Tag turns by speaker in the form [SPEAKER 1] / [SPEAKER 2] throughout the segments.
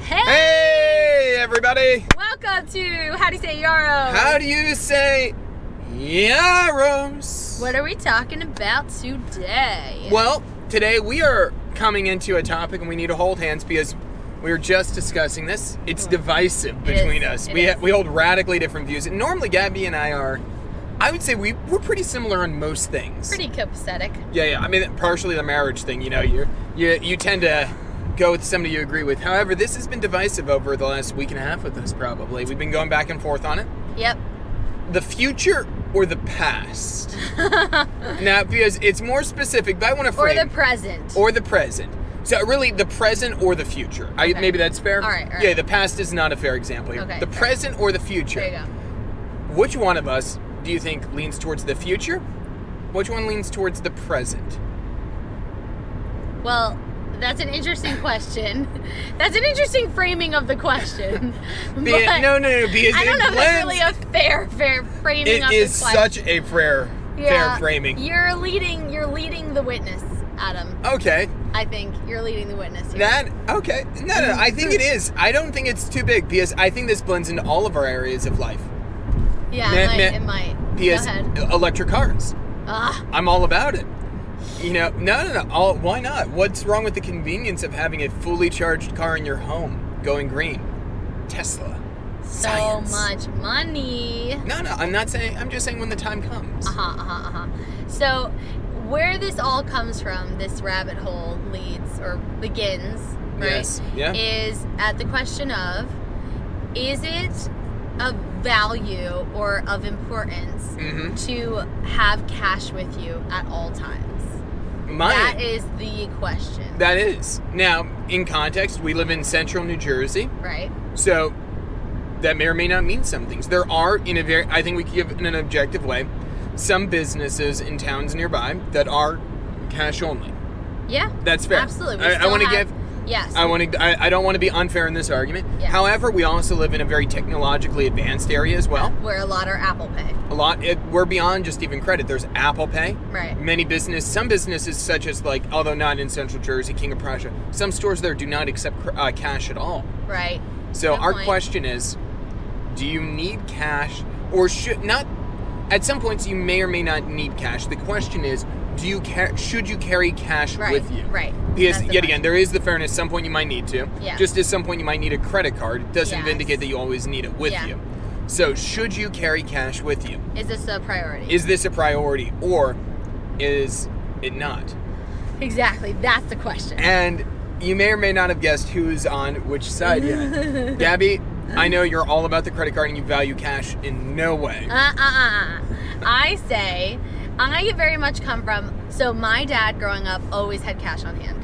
[SPEAKER 1] Hey,
[SPEAKER 2] Hey, everybody!
[SPEAKER 1] welcome to How Do You Say Yarrow?
[SPEAKER 2] How do you say Yaros?
[SPEAKER 1] What are we talking about today?
[SPEAKER 2] Well, today we are coming into a topic and we need to hold hands because we were just discussing this. It's divisive
[SPEAKER 1] Mm. It is,
[SPEAKER 2] between us.
[SPEAKER 1] it
[SPEAKER 2] We,
[SPEAKER 1] is.
[SPEAKER 2] we hold radically different views. And normally, Gabby and I are, I would say we, we're pretty similar on most things.
[SPEAKER 1] Pretty copacetic.
[SPEAKER 2] Yeah, yeah. I mean, partially the marriage thing. You know, you you you tend to go with somebody you agree with. However, this has been divisive over the last week and a half with us. Probably we've been going back and forth on it.
[SPEAKER 1] Yep.
[SPEAKER 2] The future or the past? now, because it's more specific, but I want to
[SPEAKER 1] Or
[SPEAKER 2] frame
[SPEAKER 1] the present.
[SPEAKER 2] or the present. So really, the present or the future. I,
[SPEAKER 1] Okay.
[SPEAKER 2] maybe that's fair.
[SPEAKER 1] All right, all right.
[SPEAKER 2] Yeah, the past is not a fair example. Here.
[SPEAKER 1] Okay,
[SPEAKER 2] the
[SPEAKER 1] fair.
[SPEAKER 2] present or the future.
[SPEAKER 1] there you go.
[SPEAKER 2] Which one of us do you think leans towards the future? Which one leans towards the present?
[SPEAKER 1] Well, that's an interesting question. That's an interesting framing of the question.
[SPEAKER 2] Be it-
[SPEAKER 1] But
[SPEAKER 2] no, no, no. Be as
[SPEAKER 1] I don't know if that's
[SPEAKER 2] lens,
[SPEAKER 1] really a fair, fair framing
[SPEAKER 2] it
[SPEAKER 1] of
[SPEAKER 2] is
[SPEAKER 1] the question.
[SPEAKER 2] such a fair, fair framing.
[SPEAKER 1] You're leading. You're leading the witness, Adam.
[SPEAKER 2] Okay,
[SPEAKER 1] I think you're leading the witness here.
[SPEAKER 2] that okay. No, no, I think
[SPEAKER 1] Hmm.
[SPEAKER 2] it is. I don't think it's too big because I think this blends into all of our areas of life.
[SPEAKER 1] yeah,
[SPEAKER 2] meh,
[SPEAKER 1] it might.
[SPEAKER 2] meh.
[SPEAKER 1] it might.
[SPEAKER 2] Because
[SPEAKER 1] Go ahead.
[SPEAKER 2] electric cars,
[SPEAKER 1] Ah,
[SPEAKER 2] I'm all about it. You know, no, no, no. All, why not? What's wrong with the convenience of having a fully charged car in your home, going green? Tesla.
[SPEAKER 1] so
[SPEAKER 2] Science.
[SPEAKER 1] much money.
[SPEAKER 2] No, no. I'm not saying. I'm just saying when the time comes.
[SPEAKER 1] Uh huh, uh huh, uh huh. So, where this all comes from, this rabbit hole leads or begins, right?
[SPEAKER 2] Yes. Yeah.
[SPEAKER 1] Is at the question of is it of value or of importance
[SPEAKER 2] mm-hmm.
[SPEAKER 1] to have cash with you at all times?
[SPEAKER 2] Mine.
[SPEAKER 1] That is the question,
[SPEAKER 2] That is. Now, in context, we live in central New Jersey,
[SPEAKER 1] right?
[SPEAKER 2] so that may or may not mean some things. There are, in a very, I think we could give in an objective way, some businesses in towns nearby that are cash only.
[SPEAKER 1] Yeah.
[SPEAKER 2] That's fair.
[SPEAKER 1] Absolutely. We
[SPEAKER 2] I,
[SPEAKER 1] still
[SPEAKER 2] want to
[SPEAKER 1] have-
[SPEAKER 2] give.
[SPEAKER 1] Yes.
[SPEAKER 2] I want to. I, I don't want to be unfair in this argument.
[SPEAKER 1] Yeah.
[SPEAKER 2] However, we also live in a very technologically advanced area as well.
[SPEAKER 1] where a lot are Apple Pay,
[SPEAKER 2] A lot. It, we're beyond just even credit. There's Apple Pay.
[SPEAKER 1] right?
[SPEAKER 2] Many business, some businesses such as like, although not in Central Jersey, King of Prussia, some stores there do not accept cr- uh, cash at all.
[SPEAKER 1] Right.
[SPEAKER 2] So
[SPEAKER 1] Good
[SPEAKER 2] our
[SPEAKER 1] point.
[SPEAKER 2] question is, do you need cash or should not? At some points, you may or may not need cash. The question is, do you ca- should you carry cash
[SPEAKER 1] Right.
[SPEAKER 2] with you?
[SPEAKER 1] Right.
[SPEAKER 2] Because
[SPEAKER 1] That's the
[SPEAKER 2] yet again, there is the fairness. Some point you might need to.
[SPEAKER 1] Yeah.
[SPEAKER 2] Just at some point you might need a credit card. It doesn't
[SPEAKER 1] Yes.
[SPEAKER 2] vindicate that you always need it with
[SPEAKER 1] Yeah.
[SPEAKER 2] you. So should you carry cash with you?
[SPEAKER 1] question. is this a priority?
[SPEAKER 2] Is this a priority or is it not?
[SPEAKER 1] Exactly. That's the question. Uh,
[SPEAKER 2] And you may or may not have guessed who's on which side yet. Gabby, I
[SPEAKER 1] Um,
[SPEAKER 2] know you're all about the credit card and you value cash in no way.
[SPEAKER 1] Uh, uh, uh, uh. I say, I very much come from. So my dad, growing up, always had cash on hand.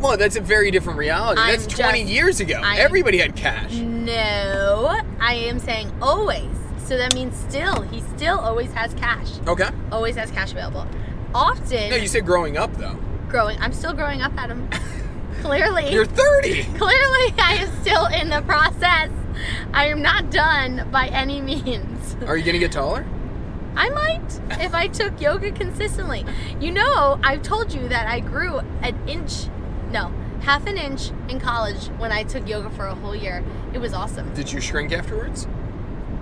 [SPEAKER 2] Well, that's a very different reality.
[SPEAKER 1] I'm
[SPEAKER 2] that's 20
[SPEAKER 1] just-
[SPEAKER 2] years ago.
[SPEAKER 1] I'm-
[SPEAKER 2] Everybody had cash.
[SPEAKER 1] No, I am saying always. So that means still, he still always has cash.
[SPEAKER 2] Okay.
[SPEAKER 1] Always has cash available. Often,
[SPEAKER 2] No, you said growing up though.
[SPEAKER 1] growing. I'm still growing up, Adam. Clearly.
[SPEAKER 2] You're 30.
[SPEAKER 1] Clearly, I am still in the process. I am not done by any means.
[SPEAKER 2] Are you going to get taller?
[SPEAKER 1] I might if I took yoga consistently. You know, I've told you that I grew an inch, no, half an inch in college when I took yoga for a whole year. It was awesome.
[SPEAKER 2] Did you shrink afterwards?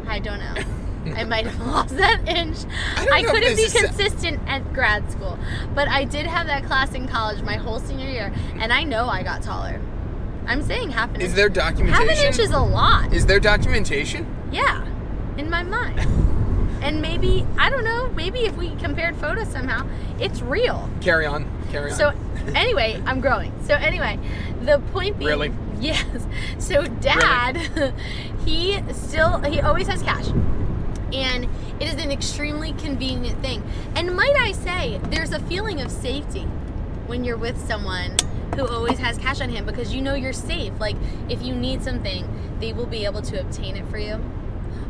[SPEAKER 1] I don't know. I might have lost that inch.
[SPEAKER 2] I don't
[SPEAKER 1] I
[SPEAKER 2] know if
[SPEAKER 1] couldn't be
[SPEAKER 2] this is-
[SPEAKER 1] consistent at grad school, but I did have that class in college my whole senior year, and I know I got taller. I'm saying half an
[SPEAKER 2] Is
[SPEAKER 1] inch.
[SPEAKER 2] there
[SPEAKER 1] half
[SPEAKER 2] documentation?
[SPEAKER 1] an inch is a lot.
[SPEAKER 2] Is there documentation?
[SPEAKER 1] Yeah, in my mind. And maybe, I don't know, maybe if we compared photos somehow, it's real.
[SPEAKER 2] Carry on. Carry on.
[SPEAKER 1] So, anyway, I'm growing. So, anyway, the point being.
[SPEAKER 2] Really?
[SPEAKER 1] Yes. So, dad, he still, he always has cash. And it is an extremely convenient thing. And might I say, there's a feeling of safety when you're with someone who always has cash on hand because you know you're safe. Like, if you need something, they will be able to obtain it for you.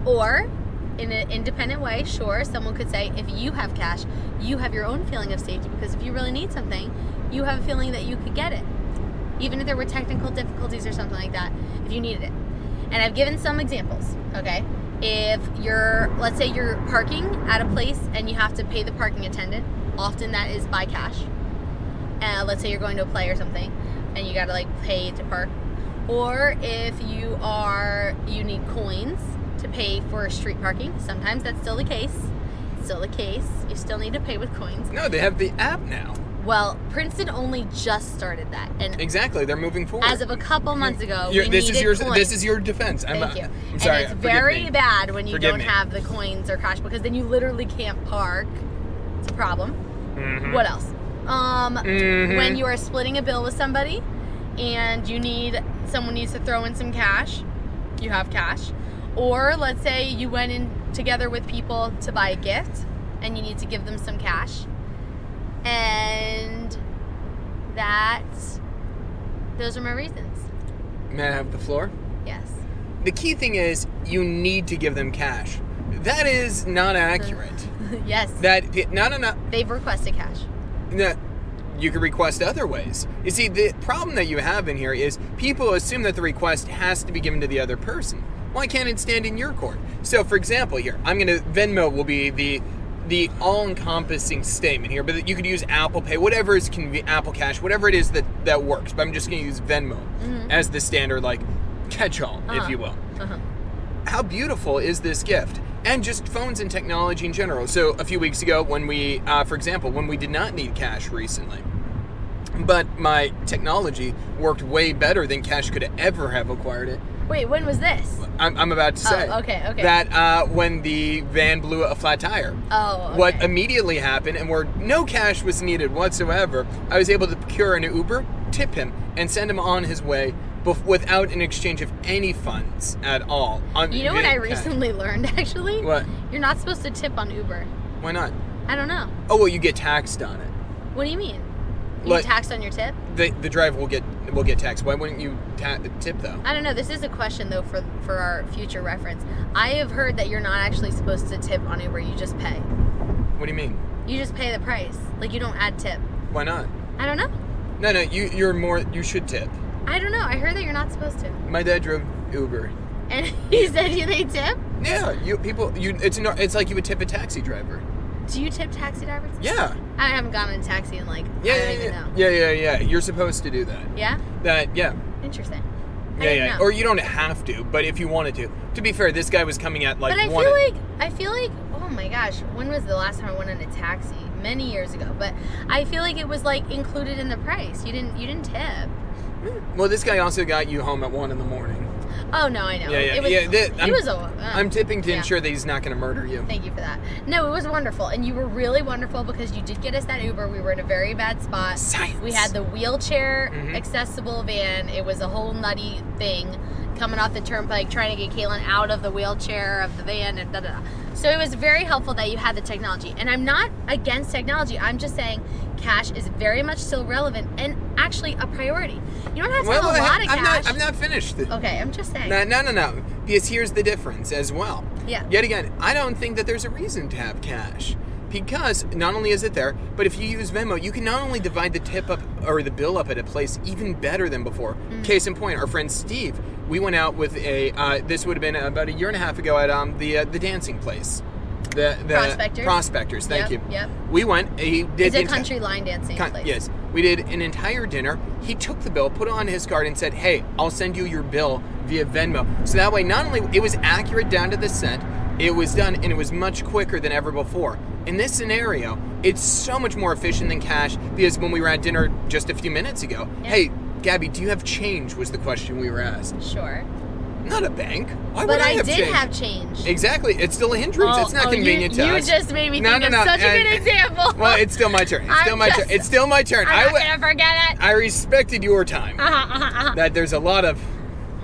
[SPEAKER 1] Or, in an independent way, sure, someone could say, if you have cash, you have your own feeling of safety because if you really need something, you have a feeling that you could get it. Even if there were technical difficulties or something like that, if you needed it. And I've given some examples, okay? If you're, let's say you're parking at a place and you have to pay the parking attendant, often that is by cash. Uh, let's say you're going to a play or something and you gotta like pay to park. or if you are you need coins to pay for street parking. Sometimes that's still the case. Still the case. You still need to pay with coins.
[SPEAKER 2] No, they have the app now.
[SPEAKER 1] Well, Princeton only just started that, and
[SPEAKER 2] Exactly, they're moving forward.
[SPEAKER 1] as of a couple months ago,
[SPEAKER 2] You're-
[SPEAKER 1] we
[SPEAKER 2] this is
[SPEAKER 1] needed
[SPEAKER 2] your
[SPEAKER 1] coins.
[SPEAKER 2] this is your defense. I'm,
[SPEAKER 1] Thank
[SPEAKER 2] uh,
[SPEAKER 1] you.
[SPEAKER 2] I'm sorry.
[SPEAKER 1] and it's
[SPEAKER 2] forgive
[SPEAKER 1] very
[SPEAKER 2] me.
[SPEAKER 1] bad when you
[SPEAKER 2] Forgive
[SPEAKER 1] don't
[SPEAKER 2] me.
[SPEAKER 1] have the coins or cash because then you literally can't park. It's a problem.
[SPEAKER 2] Mhm.
[SPEAKER 1] What else? Um,
[SPEAKER 2] Mhm.
[SPEAKER 1] When you are splitting a bill with somebody and you need someone needs to throw in some cash, you have cash. Or let's say you went in together with people to buy a gift and you need to give them some cash. And that those are my reasons.
[SPEAKER 2] May I have the floor?
[SPEAKER 1] Yes.
[SPEAKER 2] The key thing is you need to give them cash. That is not accurate.
[SPEAKER 1] yes.
[SPEAKER 2] that not enough.
[SPEAKER 1] They've requested cash.
[SPEAKER 2] that you could request other ways. You see, the problem that you have in here is people assume that the request has to be given to the other person. Why can't it stand in your court? So, for example, here I'm going to Venmo will be the the all-encompassing statement here, but you could use Apple Pay, whatever is convenient, Apple Cash, whatever it is that that works. But I'm just going to use Venmo as the standard, like catch-all, if
[SPEAKER 1] Uh-huh.
[SPEAKER 2] you will
[SPEAKER 1] Uh-huh.
[SPEAKER 2] how beautiful is this gift? And just phones and technology in general. So a few weeks ago, when we, uh, for example, when we did not need cash recently, but my technology worked way better than cash could ever have acquired it.
[SPEAKER 1] Wait, when was this?
[SPEAKER 2] I'm, I'm about to
[SPEAKER 1] Oh,
[SPEAKER 2] say
[SPEAKER 1] okay, okay.
[SPEAKER 2] that uh, when the van blew a flat tire,
[SPEAKER 1] Oh, okay.
[SPEAKER 2] what immediately happened, and where no cash was needed whatsoever, I was able to procure an Uber, tip him, and send him on his way bef- without an exchange of any funds at all. on-
[SPEAKER 1] you know what
[SPEAKER 2] via
[SPEAKER 1] I
[SPEAKER 2] cash.
[SPEAKER 1] recently learned actually?
[SPEAKER 2] What?
[SPEAKER 1] You're not supposed to tip on Uber.
[SPEAKER 2] Why not?
[SPEAKER 1] I don't know.
[SPEAKER 2] Oh well, you get taxed on it.
[SPEAKER 1] What do you mean? You
[SPEAKER 2] Like-
[SPEAKER 1] taxed on your tip?
[SPEAKER 2] The the driver will get will get taxed. Why wouldn't you ta- tip though?
[SPEAKER 1] I don't know. This is a question though for for our future reference. I have heard that you're not actually supposed to tip on Uber. You just pay.
[SPEAKER 2] What do you mean?
[SPEAKER 1] You just pay the price. Like you don't add tip.
[SPEAKER 2] Why not?
[SPEAKER 1] I don't know.
[SPEAKER 2] No, no, you you're more. You should tip.
[SPEAKER 1] I don't know. I heard that you're not supposed to.
[SPEAKER 2] My dad drove Uber.
[SPEAKER 1] And he said you they tip.
[SPEAKER 2] Yeah, you people. You it's no, it's like you would tip a taxi driver.
[SPEAKER 1] Do you tip taxi drivers?
[SPEAKER 2] Yeah.
[SPEAKER 1] I haven't gone in a taxi in like
[SPEAKER 2] Yeah,
[SPEAKER 1] I
[SPEAKER 2] yeah,
[SPEAKER 1] don't even
[SPEAKER 2] yeah,
[SPEAKER 1] know.
[SPEAKER 2] yeah, yeah, yeah. You're supposed to do that.
[SPEAKER 1] Yeah.
[SPEAKER 2] That yeah.
[SPEAKER 1] Interesting. I
[SPEAKER 2] Yeah,
[SPEAKER 1] didn't
[SPEAKER 2] yeah.
[SPEAKER 1] know.
[SPEAKER 2] Or you don't have to, but if you wanted to. To be fair, this guy was coming at like
[SPEAKER 1] but I
[SPEAKER 2] one.
[SPEAKER 1] feel like I feel like oh my gosh, when was the last time I went in a taxi? Many years ago, but I feel like it was like included in the price. You didn't you didn't tip.
[SPEAKER 2] well, this guy also got you home at one in the morning.
[SPEAKER 1] Oh no, I know.
[SPEAKER 2] Yeah, yeah,
[SPEAKER 1] it was,
[SPEAKER 2] yeah, that-
[SPEAKER 1] it
[SPEAKER 2] I'm-
[SPEAKER 1] was a. uh,
[SPEAKER 2] I'm tipping to
[SPEAKER 1] yeah.
[SPEAKER 2] ensure that he's not going to murder you.
[SPEAKER 1] Thank you for that. No, it was wonderful, and you were really wonderful because you did get us that Uber. We were in a very bad spot.
[SPEAKER 2] Science.
[SPEAKER 1] We had the wheelchair
[SPEAKER 2] Mhm.
[SPEAKER 1] accessible van. It was a whole nutty thing coming off the turnpike, trying to get Kaylin out of the wheelchair of the van, and da da da. So it was very helpful that you had the technology. And I'm not against technology. I'm just saying cash is very much still relevant and actually a priority. You don't have to
[SPEAKER 2] Well,
[SPEAKER 1] have a
[SPEAKER 2] well,
[SPEAKER 1] lot of
[SPEAKER 2] I'm
[SPEAKER 1] cash. Oh.
[SPEAKER 2] not. I'm not finished.
[SPEAKER 1] okay, I'm just saying.
[SPEAKER 2] No, no, no, no. Because here's the difference as well.
[SPEAKER 1] Yeah.
[SPEAKER 2] Yet again, I don't think that there's a reason to have cash. Because not only is it there, but if you use Venmo, you can not only divide the tip up or the bill up at a place even better than before.
[SPEAKER 1] Mm.
[SPEAKER 2] Case in point, our friend Steve, we went out with a. Uh, this would have been about a year and a half ago at um, the uh, the dancing place, the, the
[SPEAKER 1] Prospectors.
[SPEAKER 2] Prospectors,
[SPEAKER 1] Yep,
[SPEAKER 2] thank you.
[SPEAKER 1] yep.
[SPEAKER 2] We went. He did.
[SPEAKER 1] It's
[SPEAKER 2] the
[SPEAKER 1] a
[SPEAKER 2] entire-
[SPEAKER 1] country line dancing
[SPEAKER 2] Con-
[SPEAKER 1] place.
[SPEAKER 2] Yes, we did an entire dinner. He took the bill, put it on his card, and said, "Hey, I'll send you your bill via Venmo." So that way, not only it was accurate down to the cent, it was done, and it was much quicker than ever before. In this scenario, it's so much more efficient than cash because when we were at dinner just a few minutes ago,
[SPEAKER 1] Yeah.
[SPEAKER 2] hey, Gabby, do you have change? Was the question we were asked.
[SPEAKER 1] Sure.
[SPEAKER 2] Not a bank. Why
[SPEAKER 1] But
[SPEAKER 2] would I,
[SPEAKER 1] I
[SPEAKER 2] have
[SPEAKER 1] did
[SPEAKER 2] change?
[SPEAKER 1] have change.
[SPEAKER 2] Exactly. It's still a hindrance. it's not
[SPEAKER 1] oh,
[SPEAKER 2] convenient
[SPEAKER 1] you,
[SPEAKER 2] to
[SPEAKER 1] you
[SPEAKER 2] us.
[SPEAKER 1] just made me
[SPEAKER 2] No,
[SPEAKER 1] think
[SPEAKER 2] no,
[SPEAKER 1] of
[SPEAKER 2] no,
[SPEAKER 1] such a good
[SPEAKER 2] and-
[SPEAKER 1] example.
[SPEAKER 2] well, it's still my turn. It's
[SPEAKER 1] I'm
[SPEAKER 2] still my turn.
[SPEAKER 1] just-
[SPEAKER 2] It's still my turn.
[SPEAKER 1] I'm
[SPEAKER 2] I
[SPEAKER 1] not
[SPEAKER 2] w-
[SPEAKER 1] gonna forget it.
[SPEAKER 2] I respected your time.
[SPEAKER 1] Uh-huh, uh-huh, uh-huh.
[SPEAKER 2] That there's a lot of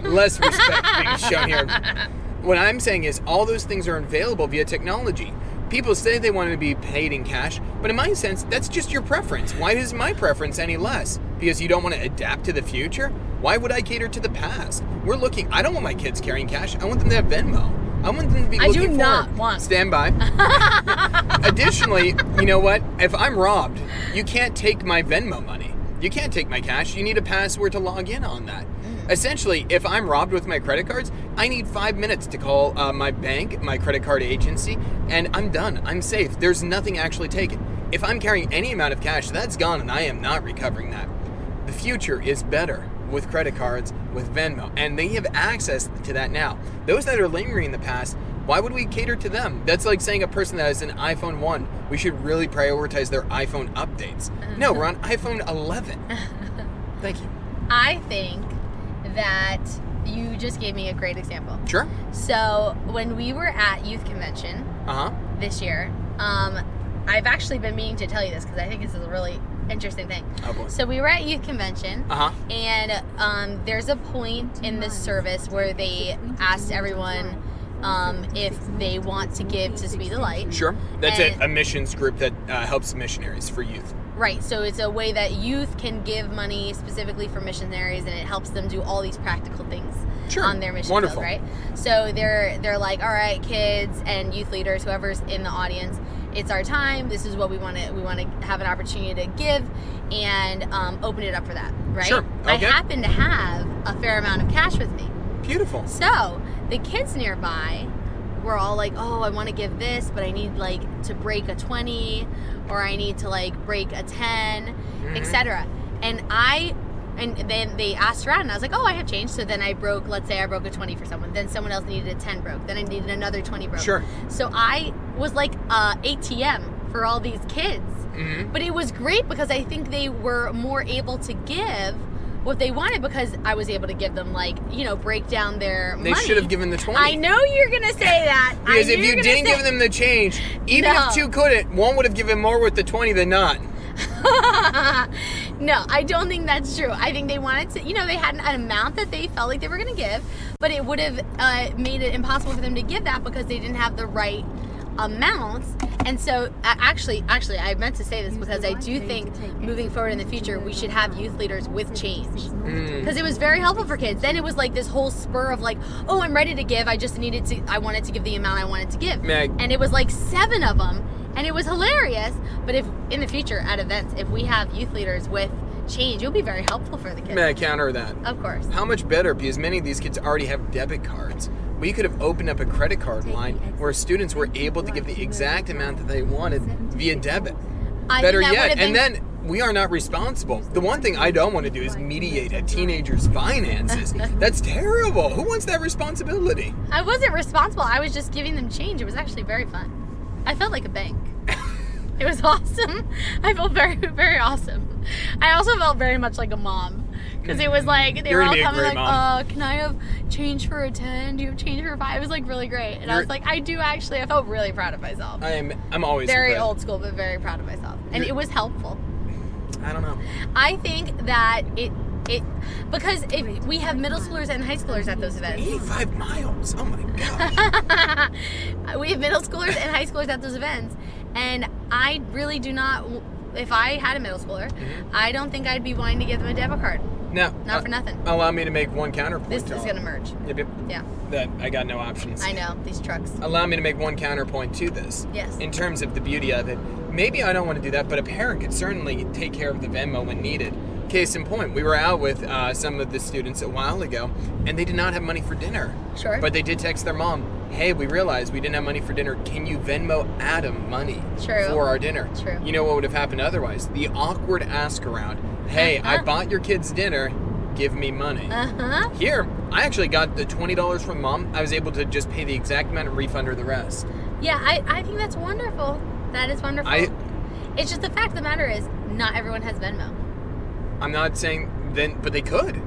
[SPEAKER 2] less respect being shown here. What I'm saying is, all those things are available via technology. People say they want to be paid in cash, but in my sense, that's just your preference. Why is my preference any less? Because you don't want to adapt to the future? Why would I cater to the past? We're looking, I don't want my kids carrying cash. I want them to have Venmo. I want them to be
[SPEAKER 1] I do
[SPEAKER 2] looking
[SPEAKER 1] not
[SPEAKER 2] forward.
[SPEAKER 1] want-
[SPEAKER 2] Stand by. Additionally, you know what? If I'm robbed, you can't take my Venmo money. You can't take my cash. You need a password to log in on that. Essentially, if I'm robbed with my credit cards, I need five minutes to call uh, my bank, my credit card agency, and I'm done. I'm safe. There's nothing actually taken. If I'm carrying any amount of cash, that's gone, and I am not recovering that. The future is better. with credit cards, with Venmo, and they have access to that now. Those that are lingering in the past, why would we cater to them? That's like saying a person that has an iPhone 1, we should really prioritize their iPhone updates. No, we're on iPhone 11. Thank you.
[SPEAKER 1] I think that you just gave me a great example.
[SPEAKER 2] Sure.
[SPEAKER 1] So when we were at youth convention
[SPEAKER 2] Uh huh.
[SPEAKER 1] this year, um, I've actually been meaning to tell you this because I think this is a really interesting thing.
[SPEAKER 2] Oh boy.
[SPEAKER 1] So we were at youth convention,
[SPEAKER 2] Uh huh.
[SPEAKER 1] and um, there's a point in this service where they asked everyone um, if they want to give to Speed the Light.
[SPEAKER 2] Sure. That's
[SPEAKER 1] And-
[SPEAKER 2] a, a missions group that uh, helps missionaries for youth.
[SPEAKER 1] Right, so it's a way that youth can give money specifically for missionaries, and it helps them do all these practical things
[SPEAKER 2] Sure.
[SPEAKER 1] on their mission
[SPEAKER 2] Wonderful.
[SPEAKER 1] field, right? So they're they're like, all right, kids and youth leaders, whoever's in the audience, it's our time. This is what we want to we want to have an opportunity to give, and um, open it up for that, right?
[SPEAKER 2] Sure,
[SPEAKER 1] I
[SPEAKER 2] okay.
[SPEAKER 1] happen to have a fair amount of cash with me,
[SPEAKER 2] Beautiful.
[SPEAKER 1] so the kids nearby were all like, "Oh, I want to give this, but I need like to break a 20 or I need to like break a 10, etc." And I and then they asked around and I was like, "Oh, I have change." So then I broke, let's say I broke a 20 for someone. Then someone else needed a 10 broke. Then I needed another 20 broke.
[SPEAKER 2] Sure.
[SPEAKER 1] So I was like uh, ATM for all these kids.
[SPEAKER 2] hmm
[SPEAKER 1] But it was great because I think they were more able to give what they wanted because I was able to give them like you know break down their
[SPEAKER 2] They
[SPEAKER 1] money.
[SPEAKER 2] should have given the 20.
[SPEAKER 1] I know you're gonna say that I
[SPEAKER 2] Because
[SPEAKER 1] knew
[SPEAKER 2] if
[SPEAKER 1] were
[SPEAKER 2] you
[SPEAKER 1] gonna
[SPEAKER 2] didn't
[SPEAKER 1] say-
[SPEAKER 2] give them the change, even
[SPEAKER 1] No.
[SPEAKER 2] if two couldn't, one would have given more with the 20 than not.
[SPEAKER 1] no, I don't think that's true. I think they wanted to, you know, they had an, an amount that they felt like they were going to give, but it would have uh, made it impossible for them to give that because they didn't have the right amounts. And so, a- actually, actually, I meant to say this because I do think moving forward in the future, we should have youth leaders with change.
[SPEAKER 2] Mm.
[SPEAKER 1] because it was very helpful for kids. Then it was like this whole spur of like, oh, I'm ready to give. I just needed to. I wanted to give the amount I wanted to give,
[SPEAKER 2] Meg.
[SPEAKER 1] and it was like seven of them, and it was hilarious. But if in the future at events, if we have youth leaders with change, it'll be very helpful for the kids.
[SPEAKER 2] May I counter that?
[SPEAKER 1] Of course.
[SPEAKER 2] How much better? Because many of these kids already have debit cards. We could have opened up a credit card line where students were able to give the exact amount that they wanted via debit.
[SPEAKER 1] I
[SPEAKER 2] Better
[SPEAKER 1] think that
[SPEAKER 2] yet,
[SPEAKER 1] would've
[SPEAKER 2] and
[SPEAKER 1] been-
[SPEAKER 2] then we are not responsible. The one thing I don't want to do is mediate a teenager's finances. That's terrible. Who wants that responsibility?
[SPEAKER 1] I wasn't responsible. I was just giving them change. It was actually very fun. I felt like a bank. it was awesome. I felt very, very awesome. I also felt very much like a mom because it was like they
[SPEAKER 2] You're
[SPEAKER 1] were
[SPEAKER 2] gonna
[SPEAKER 1] all
[SPEAKER 2] be a
[SPEAKER 1] coming
[SPEAKER 2] great
[SPEAKER 1] like,
[SPEAKER 2] mom.
[SPEAKER 1] "Uh, can I have change for a ten? Do you have change for a five? It was like really great, and I
[SPEAKER 2] You're-
[SPEAKER 1] was like, I do actually. I felt really proud of myself.
[SPEAKER 2] I am. I'm always
[SPEAKER 1] Very
[SPEAKER 2] impressed.
[SPEAKER 1] old school, but very proud of myself, and
[SPEAKER 2] You're-
[SPEAKER 1] it was helpful.
[SPEAKER 2] I don't know.
[SPEAKER 1] I think that it. It, because if we have middle schoolers and high schoolers at those events.
[SPEAKER 2] 85 miles. Oh my gosh.
[SPEAKER 1] we have middle schoolers and high schoolers at those events, and I really do not. If I had a middle schooler, I don't think I'd be wanting to give them a debit card.
[SPEAKER 2] Now,
[SPEAKER 1] Not
[SPEAKER 2] Mm-hmm. uh,
[SPEAKER 1] for nothing.
[SPEAKER 2] allow me to make one counterpoint.
[SPEAKER 1] This
[SPEAKER 2] to
[SPEAKER 1] is
[SPEAKER 2] all-
[SPEAKER 1] gonna merge.
[SPEAKER 2] Yep, yep.
[SPEAKER 1] Yeah,
[SPEAKER 2] That I got no options.
[SPEAKER 1] I know these trucks.
[SPEAKER 2] Allow me to make one counterpoint to this.
[SPEAKER 1] Yes.
[SPEAKER 2] In terms of the beauty of it, maybe I don't want to do that, but a parent could certainly take care of the Venmo when needed. Case in point, we were out with uh, some of the students a while ago, and they did not have money for dinner.
[SPEAKER 1] Sure.
[SPEAKER 2] But they did text their mom, "Hey, we realized we didn't have money for dinner. Can you Venmo Adam money
[SPEAKER 1] True.
[SPEAKER 2] for our dinner?"
[SPEAKER 1] True.
[SPEAKER 2] You know what would have happened otherwise? The awkward ask around. Hey, I bought your kids dinner. Give me money.
[SPEAKER 1] Uh-huh. Uh huh.
[SPEAKER 2] Here, I actually got the twenty dollars from mom. I was able to just pay the exact amount and refund her the rest.
[SPEAKER 1] Yeah, I, I think that's wonderful. That is wonderful.
[SPEAKER 2] I-
[SPEAKER 1] it's just the fact of the matter is not everyone has Venmo,
[SPEAKER 2] I'm not saying then, but they could.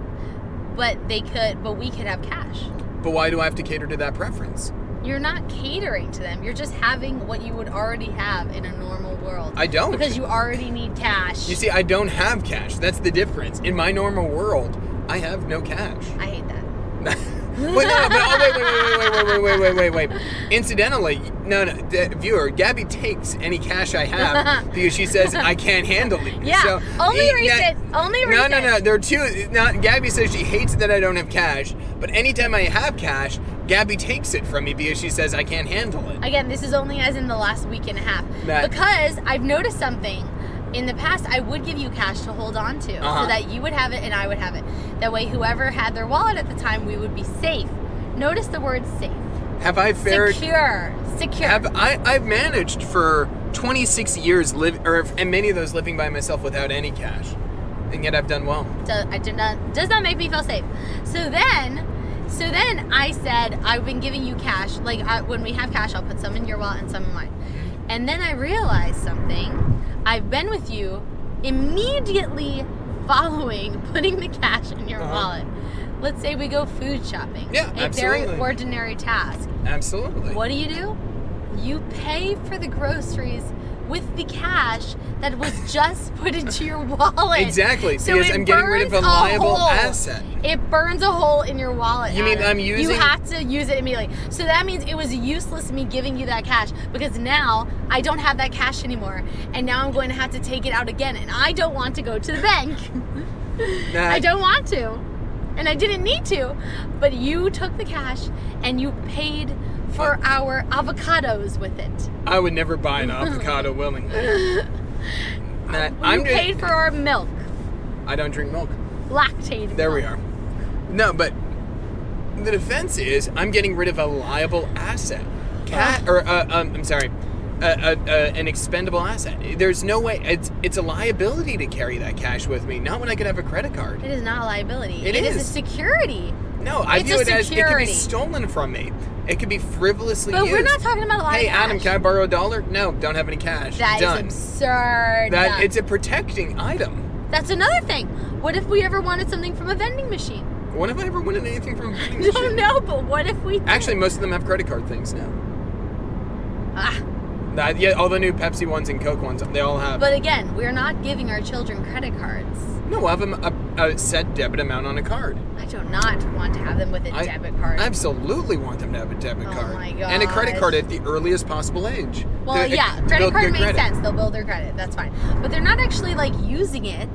[SPEAKER 1] but they could, but we could have cash.
[SPEAKER 2] But why do I have to cater to that preference?
[SPEAKER 1] You're not catering to them. You're just having what you would already have in a normal world.
[SPEAKER 2] I don't.
[SPEAKER 1] because you already need cash.
[SPEAKER 2] You see, I don't have cash. That's the difference. In my normal world, I have no cash.
[SPEAKER 1] I hate that.
[SPEAKER 2] but no, but oh, wait, wait, wait, wait, wait, wait, wait, wait, wait. Incidentally, no, no, d- viewer, Gabby takes any cash I have because she says I can't handle it.
[SPEAKER 1] Yeah.
[SPEAKER 2] So,
[SPEAKER 1] only
[SPEAKER 2] eh,
[SPEAKER 1] recent.
[SPEAKER 2] no-
[SPEAKER 1] only
[SPEAKER 2] No,
[SPEAKER 1] recent.
[SPEAKER 2] no, no. There are two. Now, Gabby says she hates that I don't have cash, but anytime I have cash, Gabby takes it from me because she says I can't handle it.
[SPEAKER 1] Again, this is only as in the last week and a half.
[SPEAKER 2] That-
[SPEAKER 1] Because I've noticed something. In the past, I would give you cash to hold on to
[SPEAKER 2] Uh-huh.
[SPEAKER 1] so that you would have it and I would have it. That way, whoever had their wallet at the time, we would be safe. Notice the word safe.
[SPEAKER 2] Have I fared?
[SPEAKER 1] Secure. Secure.
[SPEAKER 2] Have I? I've managed for 26 years, live, or and many of those living by myself without any cash. and yet I've done well.
[SPEAKER 1] does, I did not, does not make me feel safe. So then, so then I said, I've been giving you cash. Like I, when we have cash, I'll put some in your wallet and some in mine. And then I realized something. I've been with you immediately following putting the cash in your
[SPEAKER 2] Uh-huh.
[SPEAKER 1] wallet. Let's say we go food shopping.
[SPEAKER 2] Yeah,
[SPEAKER 1] a very
[SPEAKER 2] absolutely.
[SPEAKER 1] ordinary task.
[SPEAKER 2] Absolutely.
[SPEAKER 1] What do you do? You pay for the groceries with the cash that was just put into your wallet.
[SPEAKER 2] Exactly.
[SPEAKER 1] So
[SPEAKER 2] because
[SPEAKER 1] it
[SPEAKER 2] I'm getting rid of a
[SPEAKER 1] burns a
[SPEAKER 2] liable
[SPEAKER 1] hole.
[SPEAKER 2] asset.
[SPEAKER 1] It burns a hole in your wallet.
[SPEAKER 2] You mean
[SPEAKER 1] Adam.
[SPEAKER 2] I'm using-
[SPEAKER 1] You have to use it immediately. So that means it was useless me giving you that cash because now I don't have that cash anymore, and now I'm going to have to take it out again, and I don't want to go to the bank.
[SPEAKER 2] Nah,
[SPEAKER 1] I don't want to, and I didn't need to, but you took the cash and you paid for our avocados with it.
[SPEAKER 2] I would never buy an avocado willingly. Nah,
[SPEAKER 1] you
[SPEAKER 2] ju-
[SPEAKER 1] paid for our milk,
[SPEAKER 2] I don't drink milk.
[SPEAKER 1] lactated.
[SPEAKER 2] There we
[SPEAKER 1] milk.
[SPEAKER 2] are. No, but the defense is I'm getting rid of a liable asset. Cat or uh, um, I'm sorry, uh, uh, uh, an expendable asset. There's no way it's it's a liability to carry that cash with me. Not when I could have a credit card.
[SPEAKER 1] It is not a liability.
[SPEAKER 2] It
[SPEAKER 1] is a
[SPEAKER 2] is.
[SPEAKER 1] security.
[SPEAKER 2] No, I
[SPEAKER 1] It's
[SPEAKER 2] view
[SPEAKER 1] a
[SPEAKER 2] it as it could be
[SPEAKER 1] security.
[SPEAKER 2] stolen from me. It could be frivolously
[SPEAKER 1] But
[SPEAKER 2] used.
[SPEAKER 1] we're not talking about a lot
[SPEAKER 2] Hey
[SPEAKER 1] of cash.
[SPEAKER 2] Adam, can I borrow a dollar? No, don't have any cash.
[SPEAKER 1] That is
[SPEAKER 2] Done.
[SPEAKER 1] absurd.
[SPEAKER 2] that
[SPEAKER 1] Done.
[SPEAKER 2] it's a protecting item.
[SPEAKER 1] That's another thing. What if we ever wanted something from a vending machine?
[SPEAKER 2] When have I ever wanted anything from a vending
[SPEAKER 1] I
[SPEAKER 2] machine?
[SPEAKER 1] don't know, but what if we did?
[SPEAKER 2] Actually, most of them have credit card things now.
[SPEAKER 1] Ah,
[SPEAKER 2] That- yeah, all the new Pepsi ones and Coke ones, they all have.
[SPEAKER 1] but again, we're not giving our children credit cards.
[SPEAKER 2] No, we'll have a, a, a set debit amount on a card.
[SPEAKER 1] I do not want to have them with a
[SPEAKER 2] I-
[SPEAKER 1] debit card.
[SPEAKER 2] Absolutely want them to have a debit
[SPEAKER 1] Oh
[SPEAKER 2] card.
[SPEAKER 1] my
[SPEAKER 2] And a credit
[SPEAKER 1] gosh.
[SPEAKER 2] card at the earliest possible age.
[SPEAKER 1] well,
[SPEAKER 2] To
[SPEAKER 1] yeah,
[SPEAKER 2] build
[SPEAKER 1] credit
[SPEAKER 2] good
[SPEAKER 1] card makes
[SPEAKER 2] credit.
[SPEAKER 1] sense. They'll build their credit. That's fine. But they're not actually like using it.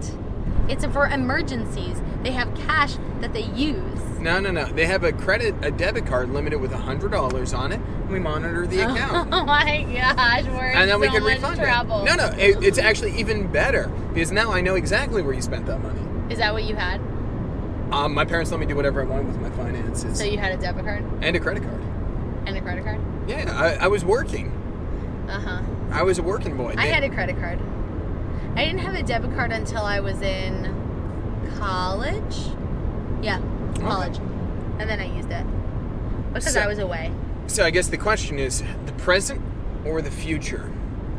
[SPEAKER 1] It's for emergencies. They have cash that they use.
[SPEAKER 2] No, no, no. They have a credit, a debit card limited with hundred dollars on it. And we monitor the account,
[SPEAKER 1] Oh my gosh, we're in
[SPEAKER 2] and then
[SPEAKER 1] so
[SPEAKER 2] we can
[SPEAKER 1] much
[SPEAKER 2] refund
[SPEAKER 1] trouble.
[SPEAKER 2] it. No, no. It, it's actually even better because now I know exactly where you spent that money.
[SPEAKER 1] Is that what you had?
[SPEAKER 2] Um, my parents let me do whatever I wanted with my finances
[SPEAKER 1] So you had a debit card
[SPEAKER 2] and a credit card.
[SPEAKER 1] and a credit card?
[SPEAKER 2] Yeah, I, I was working.
[SPEAKER 1] Uh huh.
[SPEAKER 2] I was a working boy.
[SPEAKER 1] I had a credit card. I didn't have a debit card until I was in college. Yeah, college. And then I used it because
[SPEAKER 2] So-
[SPEAKER 1] I was away.
[SPEAKER 2] So I guess the question is the present or the future?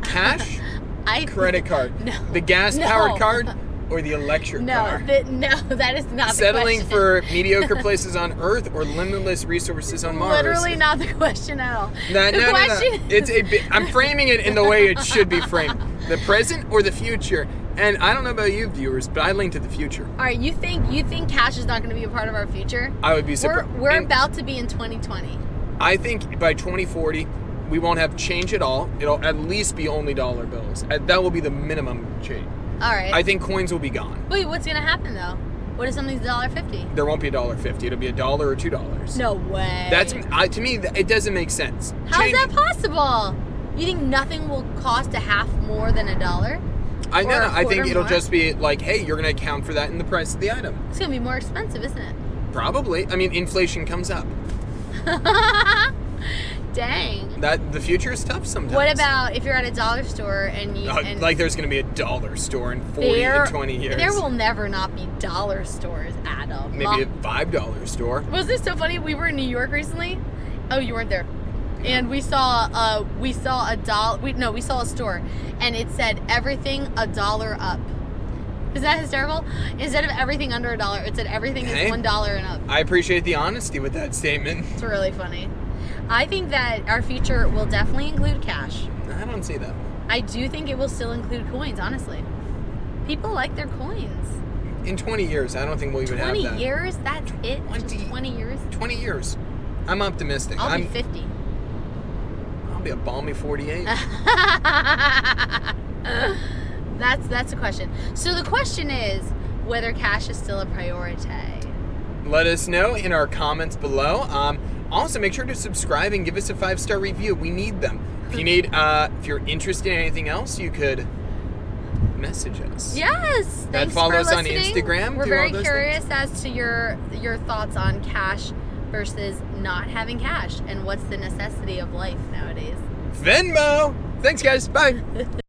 [SPEAKER 2] Cash,
[SPEAKER 1] I
[SPEAKER 2] credit card,
[SPEAKER 1] No.
[SPEAKER 2] the gas powered
[SPEAKER 1] No.
[SPEAKER 2] card, or the electric
[SPEAKER 1] No,
[SPEAKER 2] car?
[SPEAKER 1] th- no, that is not
[SPEAKER 2] Settling
[SPEAKER 1] the question.
[SPEAKER 2] for mediocre places on Earth or limitless resources on Mars?
[SPEAKER 1] literally not the question at all.
[SPEAKER 2] No,
[SPEAKER 1] the
[SPEAKER 2] no, no, no.
[SPEAKER 1] question
[SPEAKER 2] It's
[SPEAKER 1] is-
[SPEAKER 2] a bi- I'm framing it in the way it should be framed: the present or the future. And I don't know about you, viewers, but I lean to the future.
[SPEAKER 1] all right. You think you think cash is not going to be a part of our future?
[SPEAKER 2] I would be
[SPEAKER 1] We're,
[SPEAKER 2] surprised.
[SPEAKER 1] we're about to be in 2020.
[SPEAKER 2] I think by 2040, we won't have change at all. It'll at least be only dollar bills. Uh, That will be the minimum change.
[SPEAKER 1] All right.
[SPEAKER 2] I think coins will be gone.
[SPEAKER 1] Wait, what's gonna happen though? What if something's dollar fifty?
[SPEAKER 2] There won't be a dollar fifty. It'll be a dollar or two dollars.
[SPEAKER 1] No way.
[SPEAKER 2] That's I, to me. th- It doesn't make sense.
[SPEAKER 1] how's
[SPEAKER 2] Change-
[SPEAKER 1] that possible? You think nothing will cost a half more than a dollar?
[SPEAKER 2] I
[SPEAKER 1] or
[SPEAKER 2] know.
[SPEAKER 1] a
[SPEAKER 2] I
[SPEAKER 1] quarter
[SPEAKER 2] think it'll
[SPEAKER 1] more?
[SPEAKER 2] just be like, hey, you're gonna account for that in the price of the item.
[SPEAKER 1] It's gonna be more expensive, isn't it?
[SPEAKER 2] Probably. I mean, inflation comes up.
[SPEAKER 1] Dang.
[SPEAKER 2] That the future is tough sometimes.
[SPEAKER 1] What about if you're at a dollar store and you
[SPEAKER 2] Uh,
[SPEAKER 1] and
[SPEAKER 2] like there's gonna be a dollar store in 40
[SPEAKER 1] there-
[SPEAKER 2] and 20 years.
[SPEAKER 1] There will never not be dollar stores, Adam.
[SPEAKER 2] maybe a five dollar store.
[SPEAKER 1] Wasn't it so funny? We were in New York recently. Oh, you weren't there. And we saw uh we saw a doll we no, we saw a store and it said everything a dollar up. Is that hysterical? Instead of everything under a dollar, it said everything
[SPEAKER 2] Hey.
[SPEAKER 1] is one dollar and up.
[SPEAKER 2] I appreciate the honesty with that statement.
[SPEAKER 1] It's really funny. I think that our future will definitely include cash.
[SPEAKER 2] I don't see that.
[SPEAKER 1] I do think it will still include coins, honestly. People like their coins.
[SPEAKER 2] In 20 years, I don't think we'll even
[SPEAKER 1] Twenty
[SPEAKER 2] have that.
[SPEAKER 1] years, that's it. Just
[SPEAKER 2] 20
[SPEAKER 1] twenty years.
[SPEAKER 2] 20 years. I'm optimistic.
[SPEAKER 1] I'll
[SPEAKER 2] am
[SPEAKER 1] be fifty.
[SPEAKER 2] I'll be a balmy 48.
[SPEAKER 1] that's that's a question. So the question is whether cash is still a priority.
[SPEAKER 2] Let us know in our comments below. Um, also, make sure to subscribe and give us a five star review. We need them. If you need, uh, if you're interested in anything else, you could message us.
[SPEAKER 1] Yes. Thanks
[SPEAKER 2] follow
[SPEAKER 1] for
[SPEAKER 2] us on
[SPEAKER 1] listening.
[SPEAKER 2] Instagram,
[SPEAKER 1] We're
[SPEAKER 2] do all
[SPEAKER 1] very
[SPEAKER 2] those
[SPEAKER 1] curious as to your your thoughts on cash versus not having cash and what's the necessity of life nowadays.
[SPEAKER 2] Venmo. Thanks, guys. Bye.